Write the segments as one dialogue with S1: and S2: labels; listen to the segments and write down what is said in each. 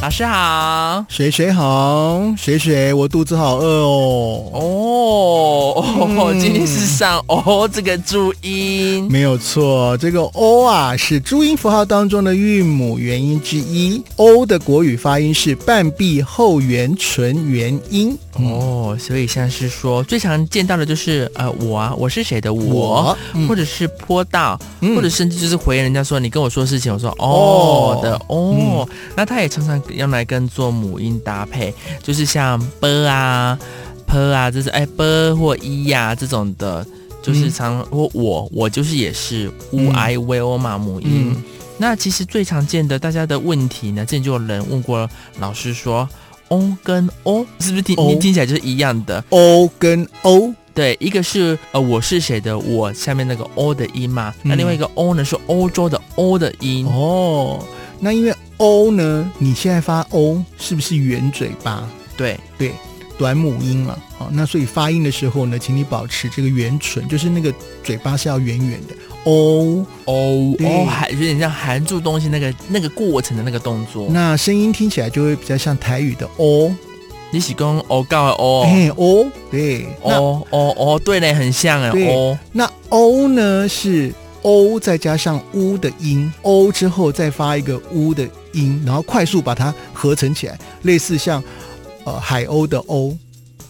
S1: 老师好。
S2: 谁谁好？谁谁？我肚子好饿哦。
S1: 哦哦，
S2: 嗯
S1: 今天是上哦这个注音。
S2: 没有错，这个 o 啊是注音符号当中的韵母元音之一。o 的国语发音是半闭后元唇元音。
S1: 哦，所以像是说最常见到的就是呃我啊，我是谁的我
S2: 我，嗯
S1: 或者是坡道，
S2: 嗯
S1: 或者甚至就是回人家说你跟我说事情，我说哦
S2: 哦
S1: 的哦，那它也常常用来跟做母音搭配，就是像 b 啊、p 啊，这是哎 b 或 i 呀、这种的。就是
S2: 嗯
S1: 常或我我就是也是 u
S2: 嗯
S1: i v o 嘛母音，
S2: 嗯
S1: 那其实最常见的大家的问题呢，之前就有人问过老师说，o 跟 o 是不是听、
S2: 哦
S1: 你听起来就是一样的？
S2: ，o 跟 o，
S1: 对，一个是呃我是谁的我下面那个 o 的音嘛，那
S2: 嗯
S1: 另外一个 o 呢是欧洲的 o 的音。
S2: 哦，那因为 o 呢，你现在发 o 是不是圆嘴巴？
S1: 对，
S2: 对，短母音了。好，那所以发音的时候呢，请你保持这个圆唇，就是那个嘴巴是要圆圆的。o，
S1: o
S2: 对
S1: o 含有点像含住东西那个那个过程的那个动作。
S2: 那声音听起来就会比较像台语的 o，
S1: 你喜跟 o 告哦 o
S2: 哎、o，对，那
S1: o o o 哦对嘞，很像哎
S2: 对
S1: o
S2: 那 o 呢是 o 再加上 u 的音，o 之后再发一个 u 的音，然后快速把它合成起来，类似像呃海鸥的 o，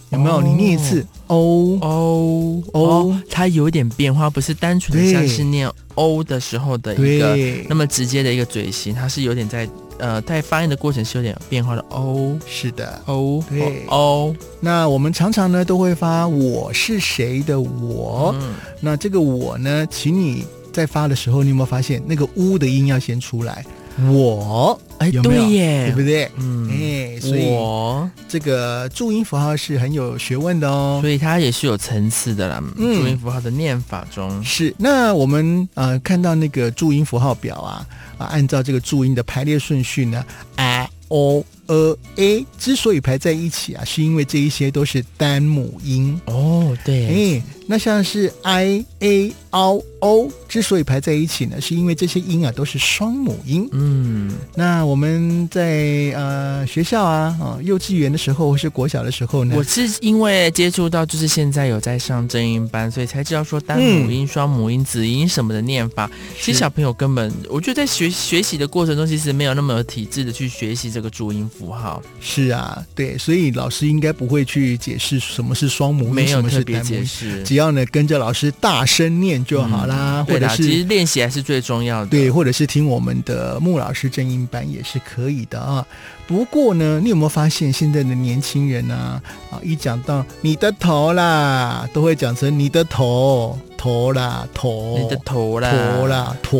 S2: 有没有？
S1: 哦
S2: 你念一次 o，
S1: o
S2: O
S1: 哦它有一点变化，不是单纯的像
S2: 哦对
S1: 是念 o 的时候的一个
S2: 对
S1: 那，么直接的一个嘴型，它是有点在呃在发音的过程是有点变化的哦
S2: 是的。
S1: 哦
S2: 对
S1: 哦，
S2: 那我们常常呢都会发我是谁的我，
S1: 嗯
S2: 那这个我呢，请你在发的时候，你有没有发现那个 u 的音要先出来？我，
S1: 哎
S2: 有没有
S1: 对
S2: 对
S1: 耶
S2: 不，对？
S1: 嗯，
S2: 哎，所以
S1: 我，
S2: 这个注音符号是很有学问的哦
S1: 所。以它也是有层次的啦，
S2: 嗯
S1: 注音符号的念法中，
S2: 是，那我们呃看到那个注音符号表啊，啊，按照这个注音的排列顺序呢，i 啊 o e a 之所以排在一起啊，是因为这一些都是单母音。
S1: 哦对，
S2: 哎，那像是 i a o o 之所以排在一起呢，是因为这些音啊都是双母音。
S1: 嗯，
S2: 那我们在呃学校啊，啊、幼稚园的时候或是国小的时候呢，
S1: 我是因为接触到就是现在有在上正音班，所以才知道说单母音、双母音、子音什么的念法。其实
S2: 嗯是
S1: 小朋友根本，我觉得在学学习的过程中，其实没有那么有体制的去学习这个注音符号。
S2: 是啊，对，所以老师应该不会去解释什么是双母音，
S1: 没有
S2: 什么
S1: 特
S2: 是
S1: 别
S2: 单母
S1: 解
S2: 音，
S1: 释。
S2: 只要呢跟着老师大声念就好啦，
S1: 嗯
S2: 或
S1: 对
S2: 者
S1: 啦，其
S2: 是
S1: 实练习还是最重要的。
S2: 对，，或者是听我们的穆老师正音班也是可以的啊。不过呢，你有没有发现现在的年轻人啊，啊，一讲到你的头啦，都会讲成你的头头啦头，
S1: 你的头啦，
S2: 头，啦头，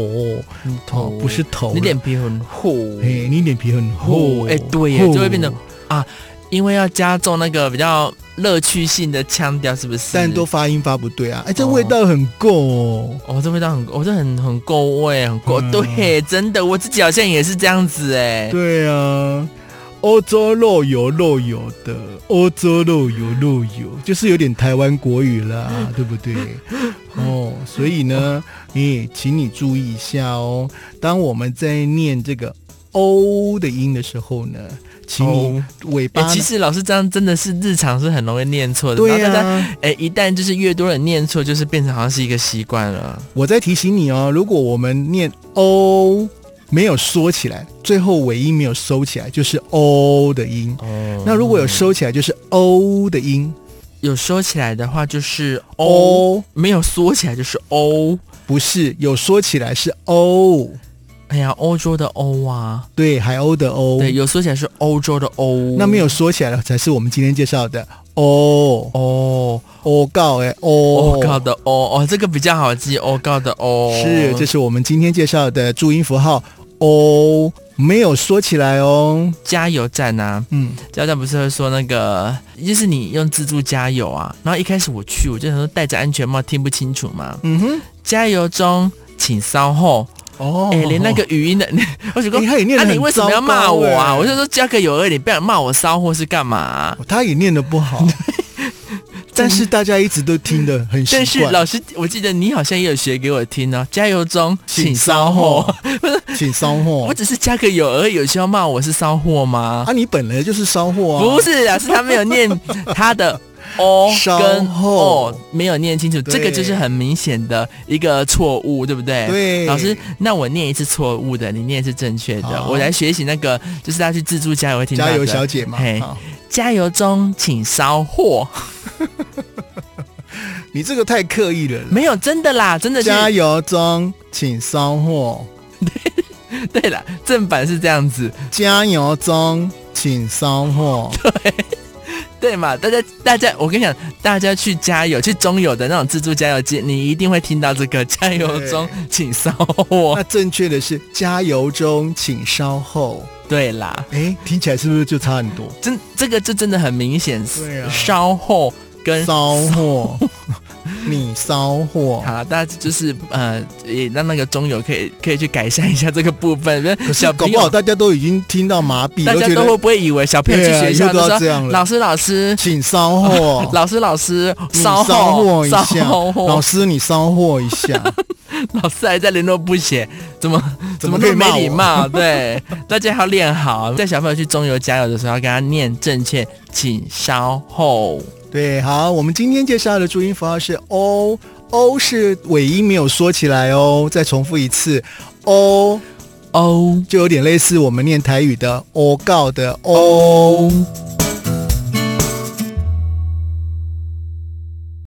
S1: 你头
S2: 头哦不是，头，
S1: 你脸，皮很厚，
S2: 哎，你脸皮很厚，
S1: 厚，哎，对耶，
S2: 厚
S1: 就会变得啊，因为要加重那个比较乐趣性的腔调，是不是？
S2: 但都发音发不对啊！哎，这
S1: 哦
S2: 味道很够哦。
S1: 哦，这味道很，我、哦、这很很够味，很够、
S2: 嗯
S1: 对，真的，我自己好像也是这样子哎。
S2: 对啊，欧洲肉油肉油的，欧洲肉油肉油，就是有点台湾国语啦，
S1: 嗯
S2: 对不对？哦，所以呢，你请你注意一下哦，当我们在念这个“欧”的音的时候呢，请你
S1: 哦
S2: 尾
S1: 哎、
S2: 巴呢、
S1: 其实老师这样真的是日常是很容易念错的，
S2: 对
S1: 然后大家
S2: 啊，
S1: 哎、一旦就是越多人念错，就是变成好像是一个习惯了。
S2: 我再提醒你哦，如果我们念“欧”没有缩起来，最后尾音没有收起来，就是“欧”的音。
S1: 哦
S2: 那如果有收起来，就是“欧”的音。
S1: 有收起来的话，就是哦，
S2: o
S1: 没有缩起来就是哦。
S2: 不是有说起来是欧，
S1: 哎呀，欧洲的欧啊，
S2: 对，海鸥的欧。
S1: 对，有缩起来是欧洲的欧。
S2: 哦那没有说起来了才是我们今天介绍的欧
S1: 哦，
S2: 欧告哎欧
S1: 欧高的欧哦，这个比较好记，欧高的哦欧
S2: 是，这是我们今天介绍的注音符号欧，没有说起来哦。
S1: 加油站啊。
S2: 嗯，
S1: 加油站不是会说那个，就是你用自助加油啊。然后一开始我去，我就想说戴着安全帽听不清楚嘛。
S2: 嗯哼，
S1: 加油中，请稍后。
S2: 哦，
S1: 哎、连那个语音的， 我想说，
S2: 哎他也念
S1: 啊，
S2: 得很
S1: 你为什么要骂我
S2: 糟糕
S1: 啊？
S2: 哎 哦
S1: 我就说加个油而已，你不想骂我稍后是干嘛啊、
S2: 他也念的不好，但是大家一直都听得很习
S1: 但是
S2: 惯。
S1: 老师，我记得你好像也有学给我听哦，加油中，请
S2: 请
S1: 稍
S2: 稍
S1: 后
S2: 后。，请稍后
S1: 我。只是加个油而已，有需要骂我是骚货吗？
S2: 啊，你本来就是稍后啊，
S1: 不是啊，是他没有念他 的 o
S2: 稍
S1: 跟
S2: 后
S1: o 没有念清楚，
S2: 对
S1: 这个就是很明显的一个错误，对不对？。
S2: 对，
S1: 老师，那我念一次错误的，你念一次正确的，
S2: 好
S1: 我来学习那个，就是他去自助加油会听到
S2: 加
S1: 的
S2: 油小姐嘛，
S1: 嘿
S2: 好
S1: 加油中，请稍 货。
S2: 你这个太刻意了啦。
S1: 没有，真的啦，真的是。
S2: 加油中，请稍后。
S1: 对啦，正版是这样子，
S2: 加油中，请稍 后。
S1: 对嘛？大家，大家，我跟你讲，大家去加油，去中油的那种自助加油机，你一定会听到这个加油中，请稍货。
S2: 那正确的是加油中，请稍后。
S1: 对啦，
S2: 哎，听起来是不是就差很多？
S1: 真这个这真的很明显，
S2: 对啊
S1: 稍后跟
S2: 稍后，你稍后
S1: 好。了，大家就是呃，也让那个中友可以可以去改善一下这个部分。
S2: 可 是
S1: 小
S2: 搞
S1: 朋
S2: 不好
S1: 友，
S2: 大家都已经听到麻痹，
S1: 大家
S2: 觉
S1: 都
S2: 得
S1: 会不会以为小朋友去
S2: 对啊，
S1: 学校
S2: 又都
S1: 的时
S2: 要
S1: 候，
S2: 这样了。哦
S1: 老师老师，
S2: 请稍 后
S1: 老师老师
S2: 你
S1: 稍后
S2: 嗯一
S1: 稍
S2: 下，
S1: 后，
S2: 老师你稍后一下，
S1: 老师还在联络不写，怎么
S2: 怎
S1: 么
S2: 么
S1: 那
S2: 可以
S1: 么没
S2: 骂
S1: 礼
S2: 我
S1: 貌？对， 大家要练好，在小朋友去中游加油的时候，要跟他念正确，请稍后。
S2: 对，好，我们今天介绍的注音符号是 o o 是尾音没有说起来哦，再重复一次 o
S1: 哦
S2: 就有点类似我们念台语的 o 告的 o。
S1: 哦。